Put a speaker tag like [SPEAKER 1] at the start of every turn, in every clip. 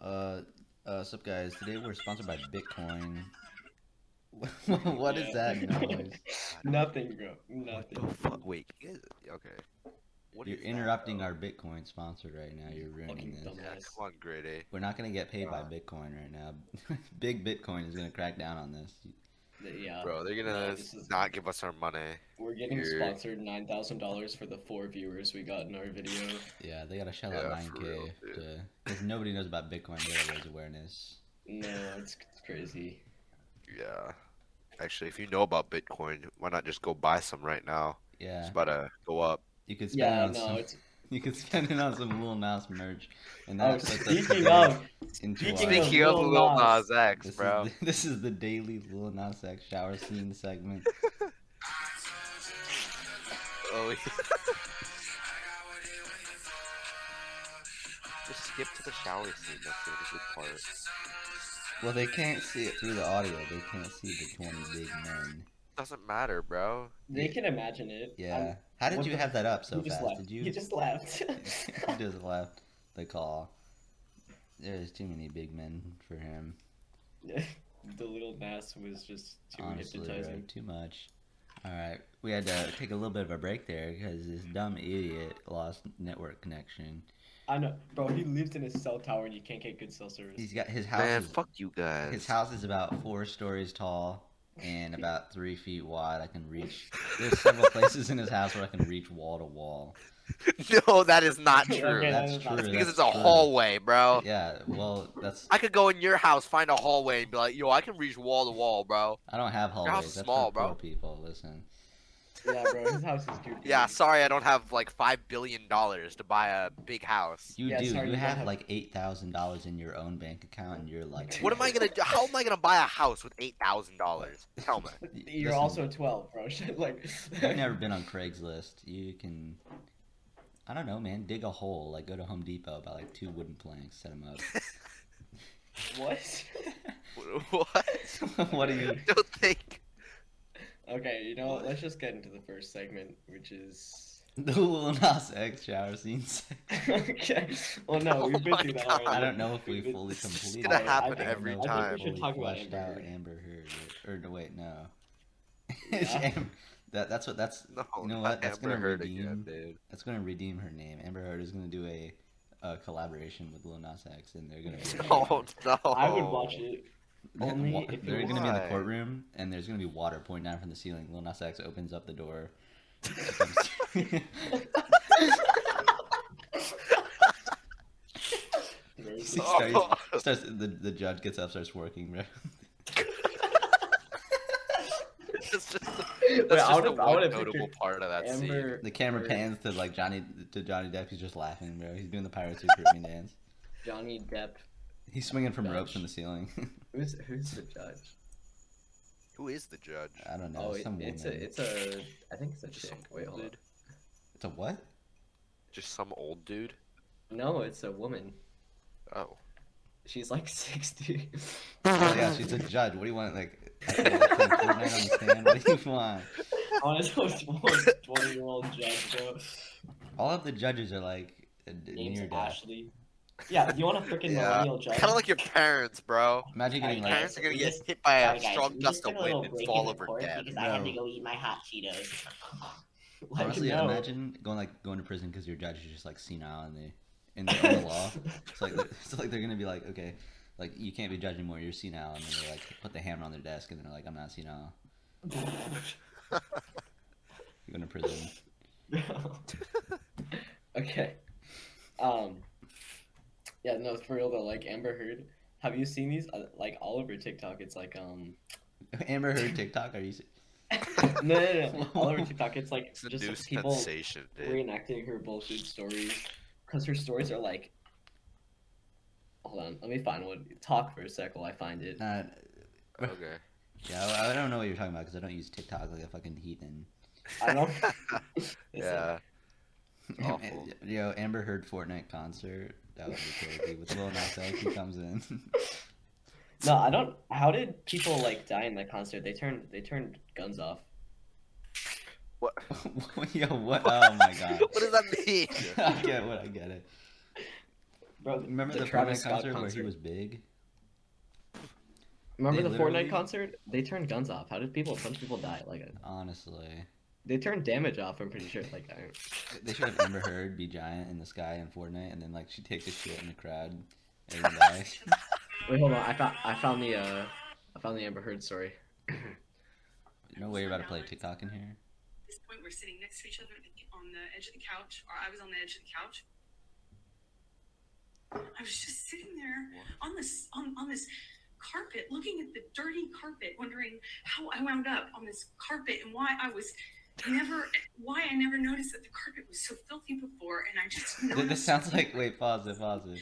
[SPEAKER 1] Uh, uh, sup guys? Today we're sponsored by Bitcoin. what is that noise?
[SPEAKER 2] Nothing, bro.
[SPEAKER 3] What
[SPEAKER 2] Nothing.
[SPEAKER 3] the fuck? Wait, you guys, okay. What
[SPEAKER 1] You're
[SPEAKER 3] is that,
[SPEAKER 1] interrupting
[SPEAKER 3] bro?
[SPEAKER 1] our Bitcoin sponsor right now. You're ruining
[SPEAKER 2] Fucking
[SPEAKER 1] this.
[SPEAKER 2] dumb.
[SPEAKER 3] Yeah,
[SPEAKER 2] Yes.
[SPEAKER 3] come on, grade A.
[SPEAKER 1] We're not gonna get paid by
[SPEAKER 3] Uh.
[SPEAKER 1] Bitcoin right now. Big Bitcoin is gonna crack down on this.
[SPEAKER 2] Yeah,
[SPEAKER 3] Bro, they're
[SPEAKER 2] no,
[SPEAKER 3] gonna
[SPEAKER 2] Uh, this is-
[SPEAKER 3] not give us our money.
[SPEAKER 2] we're getting
[SPEAKER 3] You're-
[SPEAKER 2] sponsored nine thousand dollars for the four viewers we got in our video.
[SPEAKER 1] Yeah, they gotta shell
[SPEAKER 3] Yeah,
[SPEAKER 1] out
[SPEAKER 3] for real,
[SPEAKER 1] 9k
[SPEAKER 3] dude.
[SPEAKER 1] because nobody knows about Bitcoin. They gotta raise awareness.
[SPEAKER 2] No, it's, it's crazy.
[SPEAKER 3] Yeah. Actually, if you know about Bitcoin, why not just go buy some right now? It's
[SPEAKER 1] Yeah,
[SPEAKER 3] about to go up.
[SPEAKER 1] you could spend it
[SPEAKER 2] Yeah,
[SPEAKER 1] on
[SPEAKER 2] no,
[SPEAKER 1] some.
[SPEAKER 2] it's.
[SPEAKER 1] You could spend it on some Lil Nas merch, and
[SPEAKER 2] Oh,
[SPEAKER 1] that puts us
[SPEAKER 2] speaking
[SPEAKER 1] today
[SPEAKER 2] of,
[SPEAKER 1] into
[SPEAKER 2] speaking
[SPEAKER 1] our-
[SPEAKER 2] of
[SPEAKER 3] Speaking of
[SPEAKER 2] Lil
[SPEAKER 3] Lil
[SPEAKER 2] Nas.
[SPEAKER 3] Nas X,
[SPEAKER 1] This
[SPEAKER 3] bro.
[SPEAKER 1] Is the, this is the daily Lil Nas X shower scene segment.
[SPEAKER 3] Oh, yeah. Just skip to the shower scene. That's the good part.
[SPEAKER 1] Well, they can't see it through the audio. They can't see the 20 big men.
[SPEAKER 3] Doesn't matter, bro.
[SPEAKER 2] They can imagine it.
[SPEAKER 1] Yeah.
[SPEAKER 2] I'm-
[SPEAKER 1] How did
[SPEAKER 2] what
[SPEAKER 1] you
[SPEAKER 2] the-
[SPEAKER 1] have that up so
[SPEAKER 2] Um, you just
[SPEAKER 1] fast?
[SPEAKER 2] left.
[SPEAKER 1] Did you?
[SPEAKER 2] just left.
[SPEAKER 1] he just left the call. There's too many big men for him.
[SPEAKER 2] the little Nas was just too
[SPEAKER 1] honestly, bro,
[SPEAKER 2] hypnotizing.
[SPEAKER 1] too much. All right, we had to take a little bit of a break there because this dumb idiot lost network connection.
[SPEAKER 2] I know, bro. He lives in a cell tower and you can't get good cell service.
[SPEAKER 1] He's got his house.
[SPEAKER 3] Man,
[SPEAKER 1] is-
[SPEAKER 3] fuck you guys.
[SPEAKER 1] His house is about four stories tall and about three feet wide. I can reach. There's several places in his house where I can reach wall to wall.
[SPEAKER 3] no, that is not
[SPEAKER 2] Okay,
[SPEAKER 3] true.
[SPEAKER 2] okay.
[SPEAKER 1] That's
[SPEAKER 2] that's
[SPEAKER 1] true.
[SPEAKER 2] not-
[SPEAKER 3] because
[SPEAKER 1] that's
[SPEAKER 3] it's a
[SPEAKER 1] true.
[SPEAKER 3] hallway, bro.
[SPEAKER 1] Yeah, well, that's.
[SPEAKER 3] I could go in your house, find a hallway, and be like, yo, I can reach wall to wall, bro.
[SPEAKER 1] I don't have hallways. That's
[SPEAKER 3] small,
[SPEAKER 1] for poor
[SPEAKER 3] bro.
[SPEAKER 1] people. Listen,
[SPEAKER 2] yeah, bro. His house is goofy.
[SPEAKER 3] Yeah, sorry, I don't have like $5 billion to buy a big house.
[SPEAKER 1] you
[SPEAKER 2] Yeah,
[SPEAKER 1] do.
[SPEAKER 2] sorry,
[SPEAKER 1] you
[SPEAKER 2] we don't
[SPEAKER 1] have
[SPEAKER 2] have-
[SPEAKER 1] like eight thousand dollars in your own bank account, and you're like,
[SPEAKER 3] What am I gonna do? How am I gonna buy a house with $8,000? Tell me.
[SPEAKER 2] You're
[SPEAKER 1] Listen.
[SPEAKER 2] also twelve, bro. like.
[SPEAKER 1] I've never been on Craigslist. You can. I don't know, man. Dig a hole. Like go to Home Depot, buy like two wooden planks, set them
[SPEAKER 2] What?
[SPEAKER 3] What?
[SPEAKER 1] up. what do you?
[SPEAKER 3] Don't think.
[SPEAKER 2] okay, you know, what, let's just get into the first segment, which is.
[SPEAKER 1] The Lil Nas X shower scenes.
[SPEAKER 2] okay. Well, no,
[SPEAKER 3] Oh
[SPEAKER 2] we've been
[SPEAKER 3] my
[SPEAKER 2] through that
[SPEAKER 3] God.
[SPEAKER 2] already.
[SPEAKER 1] I don't know if we
[SPEAKER 2] We've been-
[SPEAKER 1] fully
[SPEAKER 3] This is
[SPEAKER 1] completed.
[SPEAKER 3] gonna
[SPEAKER 1] it.
[SPEAKER 3] happen
[SPEAKER 1] I don't
[SPEAKER 3] every
[SPEAKER 1] know if
[SPEAKER 3] time. I
[SPEAKER 2] think we should
[SPEAKER 1] fully
[SPEAKER 2] talk about
[SPEAKER 1] fleshed
[SPEAKER 2] Amber
[SPEAKER 1] out
[SPEAKER 2] Heard.
[SPEAKER 1] Amber Heard. Or, or no, wait, no. It's
[SPEAKER 2] Yeah.
[SPEAKER 1] Am- that, that's what that's
[SPEAKER 3] No,
[SPEAKER 1] You know
[SPEAKER 3] not
[SPEAKER 1] what? That's
[SPEAKER 3] Amber
[SPEAKER 1] gonna
[SPEAKER 3] Heard
[SPEAKER 1] redeem-
[SPEAKER 3] again, dude.
[SPEAKER 1] that's gonna redeem her name. Amber Heard is gonna do a, a collaboration with Lil Nas X, and they're gonna. be-
[SPEAKER 3] Oh no.
[SPEAKER 2] I would watch it.
[SPEAKER 1] They're-
[SPEAKER 2] Only
[SPEAKER 1] wa-
[SPEAKER 2] if
[SPEAKER 1] they're
[SPEAKER 2] you
[SPEAKER 1] gonna be in the
[SPEAKER 3] want.
[SPEAKER 1] courtroom, and there's gonna be water pouring down from the ceiling. Lil Nas X opens up the door.
[SPEAKER 2] There's-
[SPEAKER 3] Oh,
[SPEAKER 1] starts, the, the judge gets up, starts working. bro.
[SPEAKER 3] that's just, that's
[SPEAKER 2] Wait,
[SPEAKER 3] just
[SPEAKER 2] I would
[SPEAKER 3] the
[SPEAKER 2] have, I would
[SPEAKER 3] one
[SPEAKER 2] have
[SPEAKER 3] notable
[SPEAKER 2] pictured
[SPEAKER 3] part of that scene.
[SPEAKER 2] Amber,
[SPEAKER 1] The camera
[SPEAKER 2] Heard,
[SPEAKER 1] pans to like Johnny to Johnny Depp. He's just laughing, bro. He's doing the Pirates of the Caribbean dance.
[SPEAKER 2] Johnny Depp.
[SPEAKER 1] He's swinging from ropes
[SPEAKER 2] Judge.
[SPEAKER 1] from the ceiling.
[SPEAKER 2] Who's who's the judge?
[SPEAKER 3] Who is the judge?
[SPEAKER 1] I don't know.
[SPEAKER 2] oh, it,
[SPEAKER 1] some
[SPEAKER 2] it's
[SPEAKER 1] woman.
[SPEAKER 2] a it's a. I think it's a
[SPEAKER 3] Just
[SPEAKER 2] chick.
[SPEAKER 3] some
[SPEAKER 2] Wait, hold
[SPEAKER 3] old
[SPEAKER 2] on.
[SPEAKER 3] dude.
[SPEAKER 1] It's a what?
[SPEAKER 3] Just some old dude.
[SPEAKER 2] No, it's a woman.
[SPEAKER 3] Oh.
[SPEAKER 2] She's like sixty.
[SPEAKER 1] Oh, yeah, she's a judge. What do you want? Like, I feel like playing Fortnite on the stand? What do you want?
[SPEAKER 2] Honestly, twenty-year-old judge, bro.
[SPEAKER 1] All of the judges are like uh, d-
[SPEAKER 2] Name's
[SPEAKER 1] near death.
[SPEAKER 2] Ashley. Yeah, you want a freaking
[SPEAKER 3] Yeah.
[SPEAKER 2] millennial judge?
[SPEAKER 3] Kind of like your parents, bro.
[SPEAKER 1] Imagine getting
[SPEAKER 3] Your
[SPEAKER 2] Like-
[SPEAKER 1] like,
[SPEAKER 3] parents are gonna get
[SPEAKER 2] Just-
[SPEAKER 3] hit by
[SPEAKER 2] Sorry,
[SPEAKER 3] a
[SPEAKER 2] guys,
[SPEAKER 3] strong
[SPEAKER 2] we just
[SPEAKER 3] gust
[SPEAKER 2] took
[SPEAKER 3] of
[SPEAKER 2] a little
[SPEAKER 3] wind and
[SPEAKER 2] break in
[SPEAKER 3] fall
[SPEAKER 2] the
[SPEAKER 3] over
[SPEAKER 2] course
[SPEAKER 3] dead.
[SPEAKER 2] Because I had to
[SPEAKER 1] No.
[SPEAKER 2] go eat my hot Cheetos. like,
[SPEAKER 1] honestly,
[SPEAKER 2] no.
[SPEAKER 1] imagine going like going to prison because your judge is just like senile and they in the, in the law. It's like it's like they're gonna be like, okay, like you can't be judge anymore. You're senile, and then they like put the hammer on their desk, and they're like, I'm not senile. You're going to prison.
[SPEAKER 2] okay. Um. Yeah, no, for real though. Like Amber Heard, have you seen these? Uh, Like all over TikTok, it's like um.
[SPEAKER 1] Amber Heard TikTok. Are you? se-
[SPEAKER 2] No, no, no. all over TikTok, it's like
[SPEAKER 3] It's a
[SPEAKER 2] just
[SPEAKER 3] new
[SPEAKER 2] people
[SPEAKER 3] sensation, dude.
[SPEAKER 2] reenacting her bullshit stories, because her stories are like. Hold on, let me find one. Talk for a sec while I find it.
[SPEAKER 1] Nah,
[SPEAKER 3] Okay.
[SPEAKER 1] yeah, I, I don't know what you're talking about because I don't use TikTok like a fucking heathen.
[SPEAKER 2] I don't. It's like-
[SPEAKER 3] Yeah. Awful.
[SPEAKER 1] Yo, Amber Heard Fortnite concert. That would be crazy. With Lil Nas X, he comes in.
[SPEAKER 2] No, I don't. How did people like die in that concert? They turned they turned guns off.
[SPEAKER 3] What?
[SPEAKER 1] Yo, what? Oh my god.
[SPEAKER 3] What does that mean?
[SPEAKER 1] I get what I get it.
[SPEAKER 2] Bro,
[SPEAKER 1] Remember
[SPEAKER 2] the
[SPEAKER 1] the,
[SPEAKER 2] Travis
[SPEAKER 1] Fortnite
[SPEAKER 2] Scott
[SPEAKER 1] concert, where he
[SPEAKER 2] concert.
[SPEAKER 1] was big?
[SPEAKER 2] remember
[SPEAKER 1] They
[SPEAKER 2] the
[SPEAKER 1] literally-
[SPEAKER 2] Fortnite concert? They turned guns off. How did people? How did people die? Like
[SPEAKER 1] Honestly,
[SPEAKER 2] they turned damage off. I'm pretty sure. Like I,
[SPEAKER 1] they should have Amber Heard be giant in the sky in Fortnite, and then like she takes a shit in the crowd. And dies.
[SPEAKER 2] wait, hold on. I found I found the uh I found the Amber Heard story.
[SPEAKER 1] no way you're about to play TikTok in here.
[SPEAKER 4] At this point, we're sitting next to each other on the edge of the couch, or I was on the edge of the couch. I was just sitting there on this on, on this carpet, looking at the dirty carpet, wondering how I wound up on this carpet and why I was never why I never noticed that the carpet was so filthy before, and I just
[SPEAKER 1] Th-
[SPEAKER 4] noticed
[SPEAKER 1] This sounds like wait, pause it, pause it.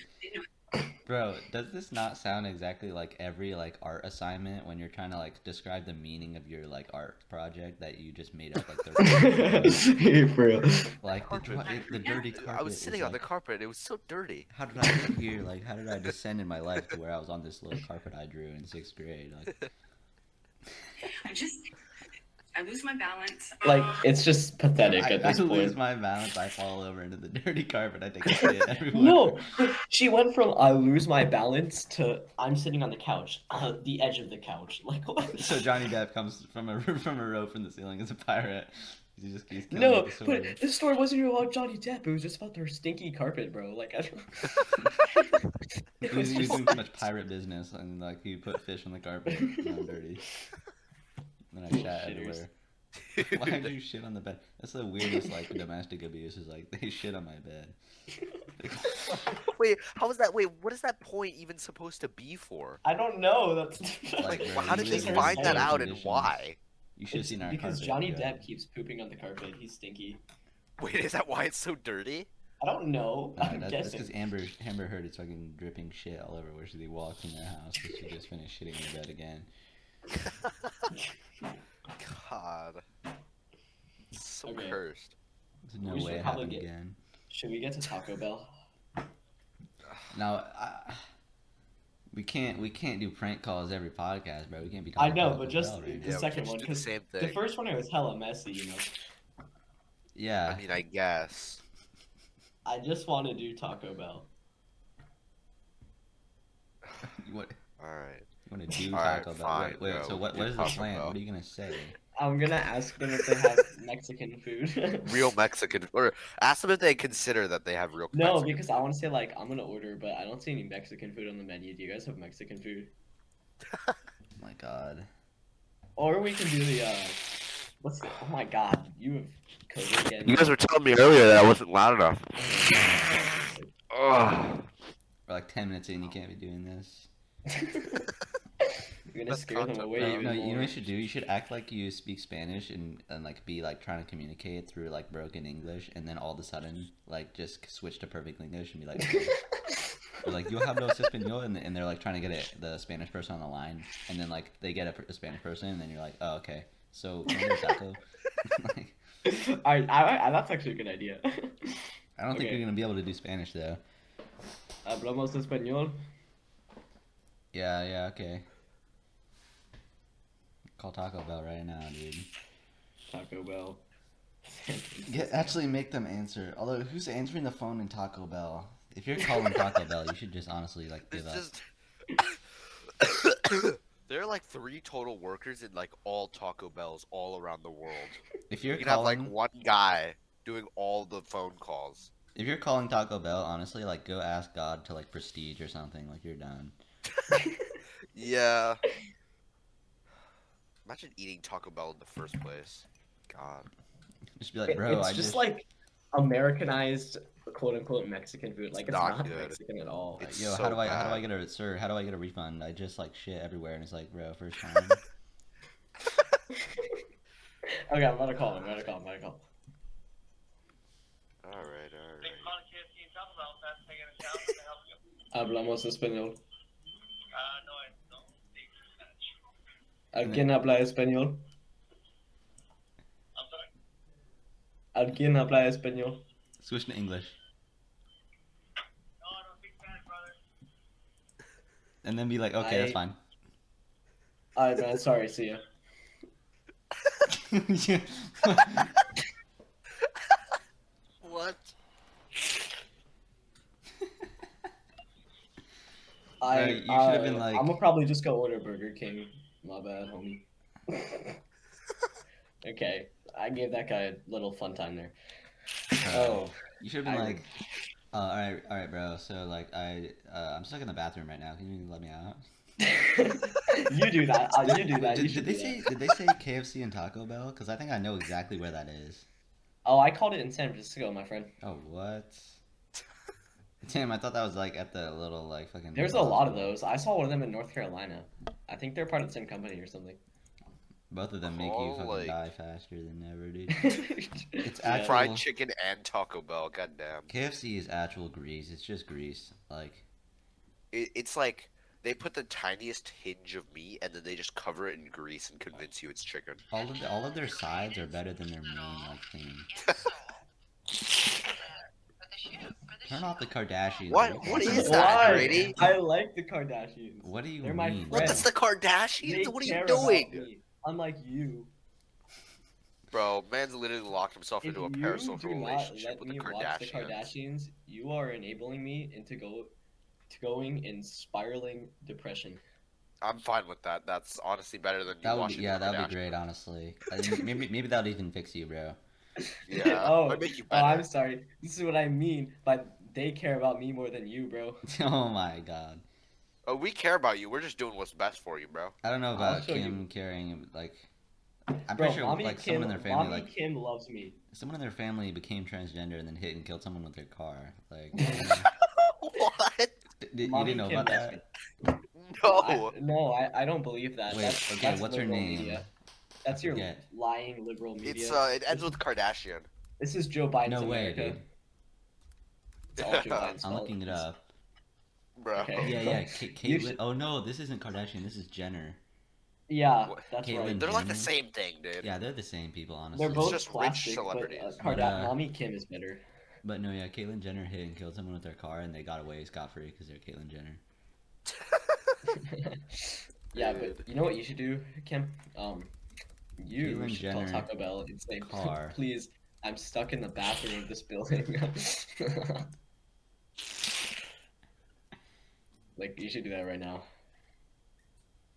[SPEAKER 1] Bro, does this not sound exactly like every like art assignment when you're trying to like describe the meaning of your like art project that you just made up like the
[SPEAKER 2] For real.
[SPEAKER 1] like the,
[SPEAKER 3] Carpet.
[SPEAKER 1] it- the dirty carpet?
[SPEAKER 3] I was
[SPEAKER 1] is,
[SPEAKER 3] sitting on the
[SPEAKER 1] like,
[SPEAKER 3] carpet. It was so dirty.
[SPEAKER 1] How did I get here? Like, how did I descend in my life to where I was on this little carpet I drew in sixth grade? Like,
[SPEAKER 4] I just I lose my balance.
[SPEAKER 2] Like it's just pathetic
[SPEAKER 1] I,
[SPEAKER 2] at
[SPEAKER 1] I
[SPEAKER 2] this
[SPEAKER 1] lose
[SPEAKER 2] point.
[SPEAKER 1] my balance. I fall over into the dirty carpet. I take a shit everywhere.
[SPEAKER 2] No, she went from I lose my balance to I'm sitting on the couch, uh, the edge of the couch. Like what?
[SPEAKER 1] So Johnny Depp comes from a from a rope from the ceiling as a pirate. He just keeps killing
[SPEAKER 2] No,
[SPEAKER 1] with the
[SPEAKER 2] but
[SPEAKER 1] sword.
[SPEAKER 2] this story wasn't even about Johnny Depp. It was just about their stinky carpet, bro. Like I don't. It
[SPEAKER 1] He was,
[SPEAKER 2] was
[SPEAKER 1] he was
[SPEAKER 2] just-
[SPEAKER 1] doing too much pirate business, and like he put fish on the carpet. And I'm dirty. And I shat
[SPEAKER 2] Shitters.
[SPEAKER 1] everywhere. Why would you shit on the bed? That's the weirdest like domestic abuse. Is like they shit on my bed.
[SPEAKER 3] wait, how was that? Wait, what is that point even supposed to be for?
[SPEAKER 2] I don't know. That's
[SPEAKER 3] Like,
[SPEAKER 1] Like,
[SPEAKER 3] wh- how did they
[SPEAKER 1] release
[SPEAKER 2] their
[SPEAKER 3] find that
[SPEAKER 2] sexual
[SPEAKER 3] out and
[SPEAKER 1] conditions.
[SPEAKER 3] why?
[SPEAKER 1] You should have
[SPEAKER 2] It's
[SPEAKER 1] seen our
[SPEAKER 2] because
[SPEAKER 1] carpet,
[SPEAKER 2] Johnny
[SPEAKER 1] yeah.
[SPEAKER 2] Depp keeps pooping on the carpet. He's stinky.
[SPEAKER 3] Wait, is that why it's so dirty?
[SPEAKER 2] I don't know.
[SPEAKER 1] Nah,
[SPEAKER 2] I'm
[SPEAKER 1] Uh, that's that's
[SPEAKER 2] guessing.
[SPEAKER 1] because Amber Amber Heard is fucking dripping shit all over where she walks in their house and she just finished shitting in the bed again.
[SPEAKER 3] God, It's so
[SPEAKER 2] Okay.
[SPEAKER 3] cursed.
[SPEAKER 1] There's no
[SPEAKER 2] We should
[SPEAKER 1] way it
[SPEAKER 2] probably
[SPEAKER 1] happened
[SPEAKER 2] get-
[SPEAKER 1] again.
[SPEAKER 2] Should we get to Taco Bell?
[SPEAKER 1] Now, I, we can't we can't do prank calls every podcast, bro. We can't be
[SPEAKER 2] I
[SPEAKER 1] talking.
[SPEAKER 2] know,
[SPEAKER 1] about
[SPEAKER 2] but
[SPEAKER 1] the
[SPEAKER 2] just-
[SPEAKER 1] bell right
[SPEAKER 2] The
[SPEAKER 1] now.
[SPEAKER 3] we
[SPEAKER 2] second
[SPEAKER 3] can just
[SPEAKER 2] one,
[SPEAKER 3] do the
[SPEAKER 2] 'cause
[SPEAKER 3] same
[SPEAKER 2] The
[SPEAKER 3] thing.
[SPEAKER 2] first one it was hella messy, you know.
[SPEAKER 1] yeah.
[SPEAKER 3] I mean, I guess.
[SPEAKER 2] I just want to do Taco Bell.
[SPEAKER 1] you want
[SPEAKER 3] All right.
[SPEAKER 1] you want to do
[SPEAKER 3] Alright,
[SPEAKER 1] Taco Bell?
[SPEAKER 3] fine,
[SPEAKER 1] wait, wait,
[SPEAKER 3] bro,
[SPEAKER 1] so what
[SPEAKER 3] do
[SPEAKER 1] what is the
[SPEAKER 3] Taco
[SPEAKER 1] plan?
[SPEAKER 3] Bell.
[SPEAKER 1] What are you gonna say?
[SPEAKER 2] I'm gonna ask them if they have Mexican food.
[SPEAKER 3] Real Mexican, or ask them if they consider that they have real.
[SPEAKER 2] No,
[SPEAKER 3] Mexican.
[SPEAKER 2] because I want to say like I'm gonna order, but I don't see any Mexican food on the menu. Do you guys have Mexican food?
[SPEAKER 1] Oh my God,
[SPEAKER 2] Or we can do the uh, what's the, oh my god, you have COVID again.
[SPEAKER 3] you guys were telling me earlier that I wasn't loud enough. Ugh.
[SPEAKER 1] we're like ten minutes in. You can't be doing this.
[SPEAKER 2] You're gonna
[SPEAKER 3] That's
[SPEAKER 2] scare them
[SPEAKER 3] content,
[SPEAKER 2] away
[SPEAKER 3] bro.
[SPEAKER 1] No,
[SPEAKER 2] even
[SPEAKER 1] no, you know
[SPEAKER 2] more.
[SPEAKER 1] what you should do? You should act like you speak Spanish and, and like be like trying to communicate through like broken English, and then all of a sudden like just switch to perfect English and be like, okay. You're like you have no español, and, and they're like trying to get it, the Spanish person on the line, and then like they get a, per- a Spanish person, and then you're like, oh okay, so can I get a taco? like,
[SPEAKER 2] I, I, I, that's actually a good idea.
[SPEAKER 1] I don't think
[SPEAKER 2] Okay.
[SPEAKER 1] you're gonna be able to do Spanish though.
[SPEAKER 2] Hablamos español.
[SPEAKER 1] Yeah, yeah, okay. Call Taco Bell right now, dude.
[SPEAKER 2] Taco Bell.
[SPEAKER 1] Yeah, actually make them answer. Although, who's answering the phone in Taco Bell? If you're calling Taco Bell, you should just honestly like give
[SPEAKER 3] It's
[SPEAKER 1] up.
[SPEAKER 3] just. there are like three total workers in like all Taco Bells all around the world.
[SPEAKER 1] If you're
[SPEAKER 3] You can have
[SPEAKER 1] calling,
[SPEAKER 3] like one guy doing all the phone calls.
[SPEAKER 1] if you're calling Taco Bell, honestly, like go ask God to like prestige or something. Like you're done.
[SPEAKER 3] Yeah. Imagine eating Taco Bell in the first place. God.
[SPEAKER 1] Just be like, bro,
[SPEAKER 2] it's
[SPEAKER 1] I
[SPEAKER 2] just, like Americanized, quote unquote Mexican food. Like it's
[SPEAKER 3] Not
[SPEAKER 2] not,
[SPEAKER 3] good.
[SPEAKER 2] Mexican at all.
[SPEAKER 3] It's
[SPEAKER 1] yo,
[SPEAKER 3] so
[SPEAKER 1] how do I how do
[SPEAKER 3] bad.
[SPEAKER 1] I get a sir? How do I get a refund? I just like shit everywhere, and it's like, bro, first time.
[SPEAKER 2] Okay, I'm about to call him. I'm about to call him. I'm about to call. him.
[SPEAKER 3] All right, all right.
[SPEAKER 5] Big Mud KFC and Taco Bell, that's taking a shower to help you.
[SPEAKER 2] Hablamos español.
[SPEAKER 5] Uh, no, I don't speak Spanish.
[SPEAKER 2] ¿Alguien habla español?
[SPEAKER 5] I'm sorry.
[SPEAKER 2] ¿Alguien habla español?
[SPEAKER 1] Switch to English,
[SPEAKER 5] No, I don't speak Spanish, brother.
[SPEAKER 1] and then be like, okay, that's
[SPEAKER 2] I-
[SPEAKER 1] fine.
[SPEAKER 2] Alright, man. Sorry. See ya.
[SPEAKER 1] Yeah.
[SPEAKER 3] What?
[SPEAKER 2] I,
[SPEAKER 1] Right, you should have been
[SPEAKER 2] uh,
[SPEAKER 1] like-
[SPEAKER 2] I'm gonna probably just go order Burger King. My bad, homie. okay, I gave that guy a little fun time there.
[SPEAKER 1] Uh.
[SPEAKER 2] Oh,
[SPEAKER 1] You should have been
[SPEAKER 2] I-
[SPEAKER 1] like, uh, all right, all right, bro. So like, I uh, I'm stuck in the bathroom right now. Can you let me out?
[SPEAKER 2] you do that. Uh, you do that.
[SPEAKER 1] Did,
[SPEAKER 2] You
[SPEAKER 1] did
[SPEAKER 2] should
[SPEAKER 1] they
[SPEAKER 2] do that.
[SPEAKER 1] say did they say KFC and Taco Bell? Because I think I know exactly where that is.
[SPEAKER 2] Oh, I called it in San Francisco, my friend.
[SPEAKER 1] Oh what? Damn, I thought that was like at the little like fucking.
[SPEAKER 2] There's a lot of
[SPEAKER 1] Mm.
[SPEAKER 2] those. I saw one of them in North Carolina. I think they're part of the same company or something.
[SPEAKER 1] Both of them make you
[SPEAKER 3] Oh,
[SPEAKER 1] fucking
[SPEAKER 3] like-
[SPEAKER 1] die faster than ever, dude. It's
[SPEAKER 2] Yeah.
[SPEAKER 1] actual
[SPEAKER 3] Fried chicken and Taco Bell. Goddamn.
[SPEAKER 1] KFC is actual grease. It's just grease. Like
[SPEAKER 3] It, it's like they put the tiniest hinge of meat and then they just cover it in grease and convince you it's chicken.
[SPEAKER 1] all of all of their sides are better than their main like thing. Turn off the Kardashians.
[SPEAKER 3] What?
[SPEAKER 1] the
[SPEAKER 3] What
[SPEAKER 1] fuck
[SPEAKER 3] is
[SPEAKER 1] are-
[SPEAKER 3] that,
[SPEAKER 2] Why?
[SPEAKER 3] Grady?
[SPEAKER 2] I like the Kardashians.
[SPEAKER 1] What do you
[SPEAKER 2] They're my
[SPEAKER 1] mean?
[SPEAKER 2] friends.
[SPEAKER 3] What's the Kardashians?
[SPEAKER 2] They
[SPEAKER 3] what are
[SPEAKER 2] care
[SPEAKER 3] you
[SPEAKER 2] about
[SPEAKER 3] doing,
[SPEAKER 2] me, Unlike you.
[SPEAKER 3] bro? Man's literally locked himself
[SPEAKER 2] If
[SPEAKER 3] into a
[SPEAKER 2] you
[SPEAKER 3] parasocial
[SPEAKER 2] do not
[SPEAKER 3] relationship
[SPEAKER 2] let
[SPEAKER 3] with the
[SPEAKER 2] me watch the
[SPEAKER 3] Kardashians.
[SPEAKER 2] Kardashians, you are enabling me into go to going in spiraling depression.
[SPEAKER 3] I'm fine with that. That's honestly better than you
[SPEAKER 1] That would be,
[SPEAKER 3] watching.
[SPEAKER 1] yeah,
[SPEAKER 3] the
[SPEAKER 1] that would be
[SPEAKER 3] Kardashians.
[SPEAKER 1] great, honestly. I think maybe maybe that'll even fix you, bro.
[SPEAKER 3] Yeah,
[SPEAKER 2] Oh,
[SPEAKER 3] would make you
[SPEAKER 2] Oh, I'm
[SPEAKER 3] better.
[SPEAKER 2] sorry. This is what I mean by they care about me more than you, bro.
[SPEAKER 1] oh my god.
[SPEAKER 3] Oh, we care about you. We're just doing what's best for you, bro.
[SPEAKER 1] I don't know about
[SPEAKER 2] show you.
[SPEAKER 1] Kim carrying like. I'm
[SPEAKER 2] bro,
[SPEAKER 1] pretty sure
[SPEAKER 2] mommy
[SPEAKER 1] like
[SPEAKER 2] Kim,
[SPEAKER 1] someone in their family
[SPEAKER 2] mommy
[SPEAKER 1] like
[SPEAKER 2] Kim loves me.
[SPEAKER 1] someone in their family became transgender and then hit and killed someone with their car. Like,
[SPEAKER 3] what?
[SPEAKER 1] d- d- you
[SPEAKER 2] Mommy
[SPEAKER 1] didn't know
[SPEAKER 2] Kim
[SPEAKER 1] about
[SPEAKER 2] loves me.
[SPEAKER 1] that?
[SPEAKER 3] No.
[SPEAKER 2] I, no, I, I don't believe that.
[SPEAKER 1] Wait,
[SPEAKER 2] that's,
[SPEAKER 1] okay,
[SPEAKER 2] that's
[SPEAKER 1] what's her
[SPEAKER 2] liberal
[SPEAKER 1] name?
[SPEAKER 2] media. That's your
[SPEAKER 1] forget.
[SPEAKER 2] lying liberal media.
[SPEAKER 3] It's uh, it ends with Kardashian.
[SPEAKER 2] This is Joe Biden's
[SPEAKER 1] No way,
[SPEAKER 2] America.
[SPEAKER 1] dude.
[SPEAKER 2] It's all Joe Biden's
[SPEAKER 1] I'm
[SPEAKER 2] fault.
[SPEAKER 1] looking it up.
[SPEAKER 3] Bro,
[SPEAKER 2] Okay.
[SPEAKER 1] Yeah, yeah. Ka-
[SPEAKER 2] You
[SPEAKER 1] Caitlyn.
[SPEAKER 2] should-
[SPEAKER 1] Oh no, this isn't Kardashian. This is Jenner.
[SPEAKER 2] Yeah,
[SPEAKER 3] What?
[SPEAKER 2] that's
[SPEAKER 1] Caitlyn
[SPEAKER 2] right.
[SPEAKER 3] they're like the
[SPEAKER 1] Jenner?
[SPEAKER 3] same thing, dude.
[SPEAKER 1] Yeah, they're the same people, honestly.
[SPEAKER 2] They're both
[SPEAKER 3] just rich
[SPEAKER 2] plastic,
[SPEAKER 3] celebrities.
[SPEAKER 2] But, uh,
[SPEAKER 1] But,
[SPEAKER 2] Karda-
[SPEAKER 1] uh,
[SPEAKER 2] mommy Kim is better.
[SPEAKER 1] But no, yeah, Caitlyn Jenner hit and killed someone with their car, and they got away scot free because they're Caitlyn Jenner.
[SPEAKER 2] yeah, but you know what you should do, Kim? Um, you
[SPEAKER 1] Caitlyn
[SPEAKER 2] should
[SPEAKER 1] Jenner
[SPEAKER 2] call Taco Bell and say,
[SPEAKER 1] car.
[SPEAKER 2] "Please, I'm stuck in the bathroom of this building." like you should do that right now.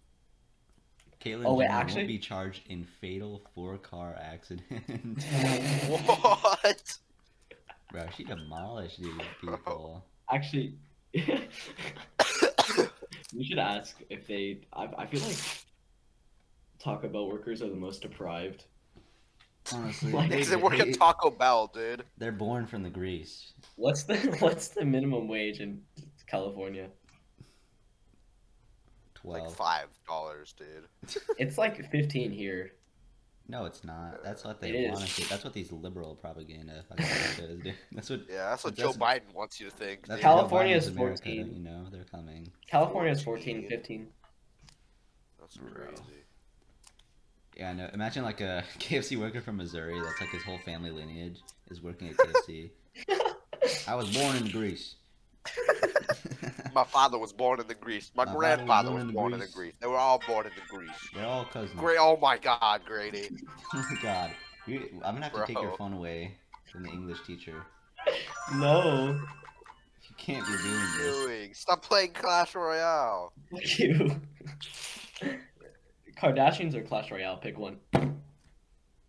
[SPEAKER 1] Caitlyn
[SPEAKER 2] Oh, wait,
[SPEAKER 1] Jenner
[SPEAKER 2] actually-
[SPEAKER 1] will be charged in fatal four-car accident.
[SPEAKER 3] What?
[SPEAKER 1] Bro, she demolished these people.
[SPEAKER 2] Actually, you should ask if they. I, I feel like Taco Bell workers are the most deprived.
[SPEAKER 1] Honestly,
[SPEAKER 2] Why
[SPEAKER 1] they,
[SPEAKER 3] Because they work
[SPEAKER 1] they,
[SPEAKER 3] at Taco Bell, dude.
[SPEAKER 1] are born from the grease.
[SPEAKER 2] What's the What's the minimum wage in California?
[SPEAKER 3] Like
[SPEAKER 1] Twelve.
[SPEAKER 3] five dollars, dude.
[SPEAKER 2] It's like 15 here.
[SPEAKER 1] no, it's not. That's what
[SPEAKER 2] It
[SPEAKER 1] they
[SPEAKER 2] is.
[SPEAKER 1] want to see. That's what these liberal propaganda fucking videos do. That's what.
[SPEAKER 3] Yeah, that's what
[SPEAKER 1] That's-
[SPEAKER 3] Joe Biden wants you to think.
[SPEAKER 1] That's
[SPEAKER 3] dude.
[SPEAKER 1] how
[SPEAKER 2] California
[SPEAKER 1] Biden's
[SPEAKER 2] is
[SPEAKER 1] America,
[SPEAKER 2] 14.
[SPEAKER 1] don't You know, they're coming.
[SPEAKER 2] California is 14 and 15.
[SPEAKER 3] That's
[SPEAKER 1] Bro.
[SPEAKER 3] crazy.
[SPEAKER 1] Yeah, I know. Imagine like a KFC worker from Missouri. That's like his whole family lineage is working at KFC. I was born in Greece.
[SPEAKER 3] My father was born in the Greece. My
[SPEAKER 1] My father was
[SPEAKER 3] grandfather
[SPEAKER 1] born
[SPEAKER 3] was
[SPEAKER 1] in
[SPEAKER 3] born in the
[SPEAKER 1] Greece.
[SPEAKER 3] Greece. They were all born in the Greece.
[SPEAKER 1] They're all cousins.
[SPEAKER 3] Great! Oh my God, Grady.
[SPEAKER 1] Oh my god. You- I'm gonna have to take your
[SPEAKER 3] Bro.
[SPEAKER 1] phone away from the English teacher.
[SPEAKER 2] No.
[SPEAKER 1] You can't be
[SPEAKER 3] What
[SPEAKER 1] doing
[SPEAKER 3] are you
[SPEAKER 1] this.
[SPEAKER 3] doing? Stop playing Clash Royale.
[SPEAKER 2] Fuck you. Kardashians or Clash Royale? Pick one.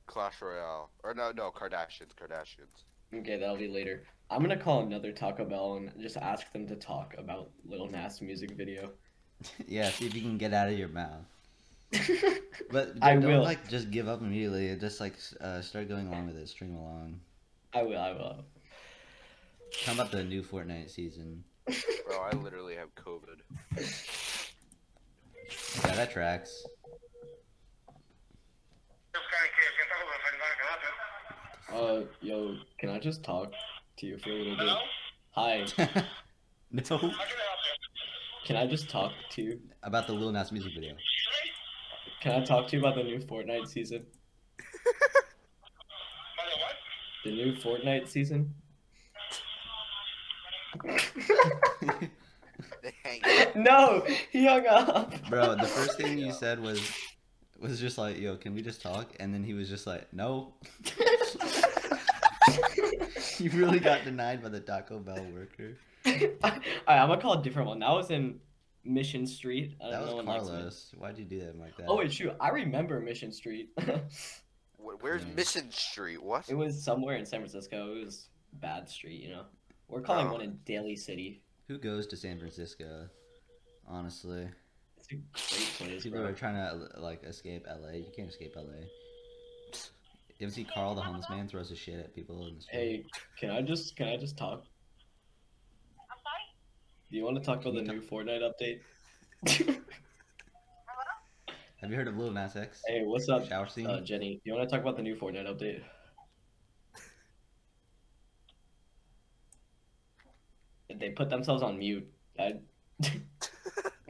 [SPEAKER 3] Clash Royale. Or no, no, Kardashians, Kardashians.
[SPEAKER 2] Okay, that'll be later. I'm gonna call another Taco Bell and just ask them to talk about Little Nas music video.
[SPEAKER 1] Yeah, see if you can get out of your mouth. But
[SPEAKER 2] I
[SPEAKER 1] don't
[SPEAKER 2] will.
[SPEAKER 1] like just give up immediately. Just like s- uh, start going along with it, string along.
[SPEAKER 2] I will. I will.
[SPEAKER 1] How about the new Fortnite season?
[SPEAKER 3] Bro, I literally have COVID.
[SPEAKER 1] Yeah, that tracks.
[SPEAKER 2] Uh, yo, can I just talk to you for a little bit?
[SPEAKER 5] Hello?
[SPEAKER 2] Hi,
[SPEAKER 1] no,
[SPEAKER 5] How can I help you?
[SPEAKER 2] can I just talk to you?
[SPEAKER 1] about the Lil Nas music video.
[SPEAKER 2] Can I talk to you about the new Fortnite season?
[SPEAKER 5] By the what?
[SPEAKER 2] The new Fortnite season?
[SPEAKER 3] They hang out.
[SPEAKER 2] no, he hung up.
[SPEAKER 1] Bro, the first thing you said was was just like, "Yo, can we just talk?" And then he was just like, "No." you really got denied by the Taco Bell worker.
[SPEAKER 2] Alright, I'm gonna call a different one. That was in Mission Street. I
[SPEAKER 1] That
[SPEAKER 2] don't- no
[SPEAKER 1] was
[SPEAKER 2] one likes Mission-
[SPEAKER 1] Carlos. Why'd you do that like that?
[SPEAKER 2] Oh, it's true. I remember Mission Street.
[SPEAKER 3] Wh- Where's
[SPEAKER 1] Mm.
[SPEAKER 3] Mission Street? What?
[SPEAKER 2] it was somewhere in San Francisco. It was bad street, you know. We're calling
[SPEAKER 3] Oh.
[SPEAKER 2] one in Daly City.
[SPEAKER 1] Who goes to San Francisco? Honestly,
[SPEAKER 2] It's a great place,
[SPEAKER 1] people are
[SPEAKER 2] bro.
[SPEAKER 1] trying to like escape LA. You can't escape LA. You ever see Carl the homeless man throws his shit at people in the street?
[SPEAKER 2] Hey, can I just can I just talk?
[SPEAKER 5] I'm sorry.
[SPEAKER 2] Do you want to talk about the
[SPEAKER 1] Can you
[SPEAKER 2] new Fortnite update?
[SPEAKER 1] Have you heard of Lil Nas X?
[SPEAKER 2] hey, what's up,
[SPEAKER 1] Shower scene.
[SPEAKER 2] uh, Jenny? Do you want to talk about the new Fortnite update? They put themselves on mute. I...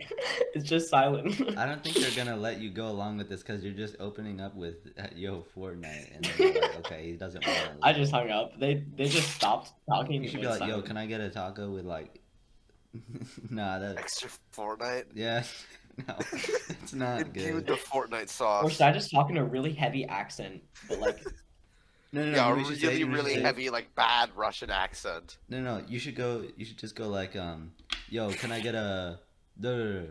[SPEAKER 2] it's just silent.
[SPEAKER 1] I don't think they're gonna let you go along with this because you're just opening up with uh, yo Fortnite, and then you're like, okay, he doesn't want. to
[SPEAKER 2] I just hung up. They they just stopped talking.
[SPEAKER 1] You should be
[SPEAKER 2] and
[SPEAKER 1] like, yo,
[SPEAKER 2] silent.
[SPEAKER 1] can I get a taco with like? nah, that.
[SPEAKER 3] Extra Fortnite?
[SPEAKER 1] Yeah, no, it's not good.
[SPEAKER 3] Imbued the Fortnite
[SPEAKER 2] Or
[SPEAKER 3] sauce.
[SPEAKER 2] should I just talk in a really heavy accent, but like
[SPEAKER 1] No, no, no.
[SPEAKER 3] yeah,
[SPEAKER 1] you
[SPEAKER 3] a
[SPEAKER 1] should say-
[SPEAKER 3] really,
[SPEAKER 1] you should
[SPEAKER 3] really
[SPEAKER 1] say-
[SPEAKER 3] heavy, like bad Russian accent.
[SPEAKER 1] No, no, you should go. You should just go like, um, yo, can I get a, duh, duh, duh."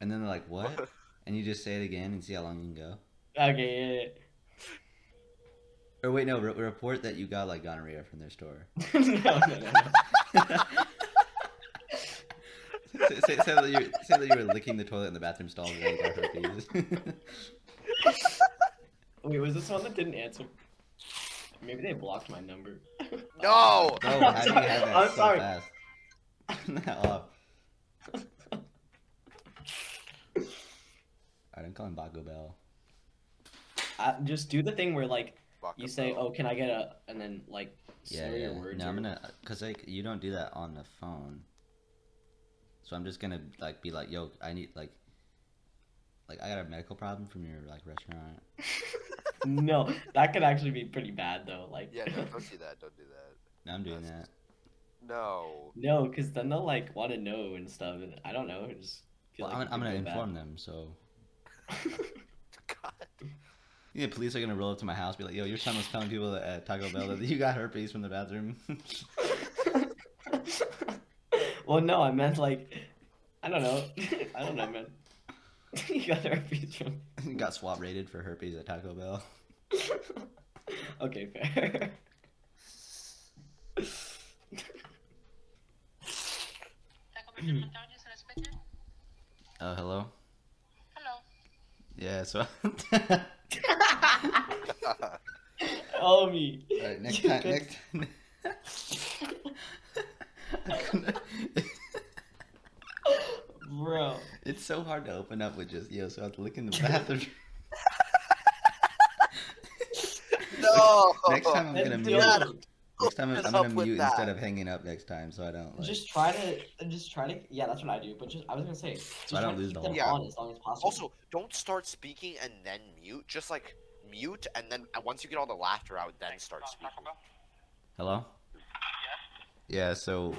[SPEAKER 1] and then they're like, what? And you just say it again and see how long you can go.
[SPEAKER 2] okay,
[SPEAKER 1] Or wait, no, re- report that you got like gonorrhea from their store.
[SPEAKER 2] yeah, yeah. no, no, no, no.
[SPEAKER 1] say, say, say that you say that you were licking the toilet in the bathroom stall and then got herpes.
[SPEAKER 2] Wait, was this one that didn't answer? Maybe they blocked my number.
[SPEAKER 3] No!
[SPEAKER 1] oh, how do you have that
[SPEAKER 2] I'm
[SPEAKER 1] so
[SPEAKER 2] sorry.
[SPEAKER 1] fast? uh. no. All right, I'm calling Bago Bell.
[SPEAKER 2] I, just do the thing where like
[SPEAKER 3] Fuck
[SPEAKER 2] you
[SPEAKER 3] it,
[SPEAKER 2] say,
[SPEAKER 3] bro.
[SPEAKER 2] "Oh, can I get a?" and then like slur
[SPEAKER 1] Yeah, yeah.
[SPEAKER 2] your words.
[SPEAKER 1] No, I'm
[SPEAKER 2] or-
[SPEAKER 1] gonna because like you don't do that on the phone. So I'm just gonna like be like, yo, I need like, like I got a medical problem from your like restaurant.
[SPEAKER 2] No, that could actually be pretty bad though. Like
[SPEAKER 3] Yeah, no, don't do that. Don't do that.
[SPEAKER 1] No, I'm doing that.
[SPEAKER 3] That's- No.
[SPEAKER 2] no, because then they'll like want to know and stuff. And I don't know. I Just feel
[SPEAKER 1] Well,
[SPEAKER 2] like
[SPEAKER 1] I'm, I'm gonna inform
[SPEAKER 2] them.
[SPEAKER 1] them. So
[SPEAKER 3] God.
[SPEAKER 1] yeah, police are gonna roll up to my house, be like, yo, your son was telling people at Taco Bell that you got herpes from the bathroom.
[SPEAKER 2] well, no, I meant like I don't know. I don't know, man. you got herpes from.
[SPEAKER 1] got swab rated for herpes at Taco Bell.
[SPEAKER 2] okay, fair.
[SPEAKER 1] Oh, hello.
[SPEAKER 5] Hello.
[SPEAKER 1] Yeah. So.
[SPEAKER 2] oh me.
[SPEAKER 1] All right, next
[SPEAKER 2] You
[SPEAKER 1] time.
[SPEAKER 2] could-
[SPEAKER 1] Next. time- I couldn't-
[SPEAKER 2] Bro.
[SPEAKER 1] It's so hard to open up with just yo. So I have to look in the bathroom.
[SPEAKER 3] no!
[SPEAKER 1] next time I'm gonna
[SPEAKER 2] Dude,
[SPEAKER 1] mute.
[SPEAKER 3] Dad,
[SPEAKER 1] Next time I'm,
[SPEAKER 3] What's
[SPEAKER 1] I'm
[SPEAKER 3] up
[SPEAKER 1] gonna
[SPEAKER 3] with
[SPEAKER 1] mute
[SPEAKER 3] that?
[SPEAKER 1] instead of hanging up next time, so I don't like.
[SPEAKER 2] Just try to, just try to. Yeah, that's what I do. But just, I was gonna say, just
[SPEAKER 1] I
[SPEAKER 2] try
[SPEAKER 1] don't
[SPEAKER 2] to
[SPEAKER 1] lose
[SPEAKER 2] keep
[SPEAKER 1] the
[SPEAKER 2] them
[SPEAKER 3] whole-
[SPEAKER 2] on as long as possible.
[SPEAKER 3] Also, don't start speaking and then mute. Just like mute, and then uh, once you get all the laughter out, then start speaking.
[SPEAKER 1] Hello. Yeah. So.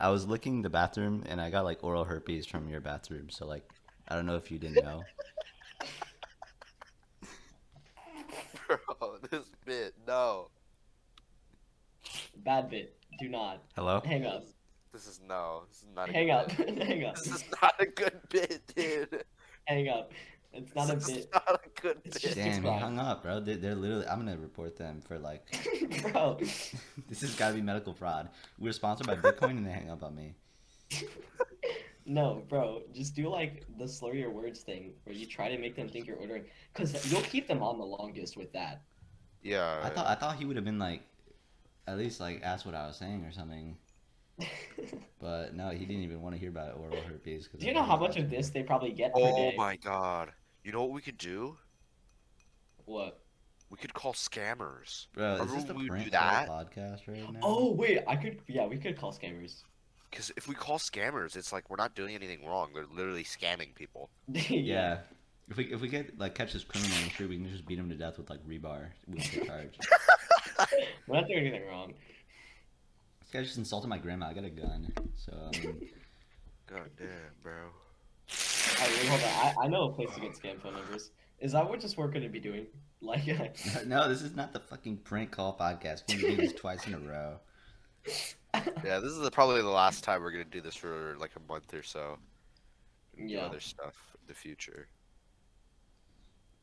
[SPEAKER 1] I was licking the bathroom and I got like oral herpes from your bathroom. So like, I don't know if you didn't know.
[SPEAKER 3] Bro, this bit, no.
[SPEAKER 2] bad bit. Do not
[SPEAKER 1] Hello.
[SPEAKER 2] hang up.
[SPEAKER 3] This is no. This is not a
[SPEAKER 2] Hang
[SPEAKER 3] good
[SPEAKER 2] up.
[SPEAKER 3] bit.
[SPEAKER 2] hang up.
[SPEAKER 3] This is not a good bit, dude.
[SPEAKER 2] Hang up. It's not a
[SPEAKER 3] this is
[SPEAKER 2] bit,
[SPEAKER 3] not a good
[SPEAKER 2] It's
[SPEAKER 3] bit.
[SPEAKER 2] just-
[SPEAKER 1] Damn, you
[SPEAKER 2] fine.
[SPEAKER 1] hung up, bro. They, they're literally. I'm gonna report them for like.
[SPEAKER 2] bro.
[SPEAKER 1] this has got to be medical fraud. We're sponsored by Bitcoin and they hang up on me.
[SPEAKER 2] No, bro. Just do like the slur your words thing, where you try to make them think you're ordering, because you'll keep them on the longest with that.
[SPEAKER 3] Yeah.
[SPEAKER 1] I thought I thought he would have been like, at least like asked what I was saying or something. But no, he didn't even want to hear about oral herpes. 'cause
[SPEAKER 2] Do you
[SPEAKER 1] I
[SPEAKER 2] know
[SPEAKER 1] was
[SPEAKER 2] how much
[SPEAKER 1] watching.
[SPEAKER 2] of this they probably get per
[SPEAKER 3] oh
[SPEAKER 2] day?
[SPEAKER 3] my god. You know what we could do?
[SPEAKER 2] What?
[SPEAKER 3] We could call scammers.
[SPEAKER 1] Bro, is this
[SPEAKER 3] Remember
[SPEAKER 1] the
[SPEAKER 3] when we would
[SPEAKER 1] prank
[SPEAKER 3] do
[SPEAKER 1] call
[SPEAKER 3] that?
[SPEAKER 1] podcast right now?
[SPEAKER 2] Oh wait, I could. Yeah, we could call scammers.
[SPEAKER 3] Because if we call scammers, it's like we're not doing anything wrong. They're literally scamming people.
[SPEAKER 1] yeah. If we if we get like catch this criminal in the street, we can just beat him to death with like rebar with the charge. this
[SPEAKER 2] We're not doing anything wrong.
[SPEAKER 1] guy just insulted my grandma. I got a gun, so um,
[SPEAKER 3] God damn, bro.
[SPEAKER 2] Alright, wait, hold on. I, I know a place to get scam phone numbers. Is that what just we're gonna be doing? Like,
[SPEAKER 1] no, this is not the fucking prank call podcast. We're gonna do this twice in a row.
[SPEAKER 3] Yeah, this is the, probably the last time we're gonna do this for like a month or so. and do
[SPEAKER 2] Yeah.
[SPEAKER 3] Other stuff in the future.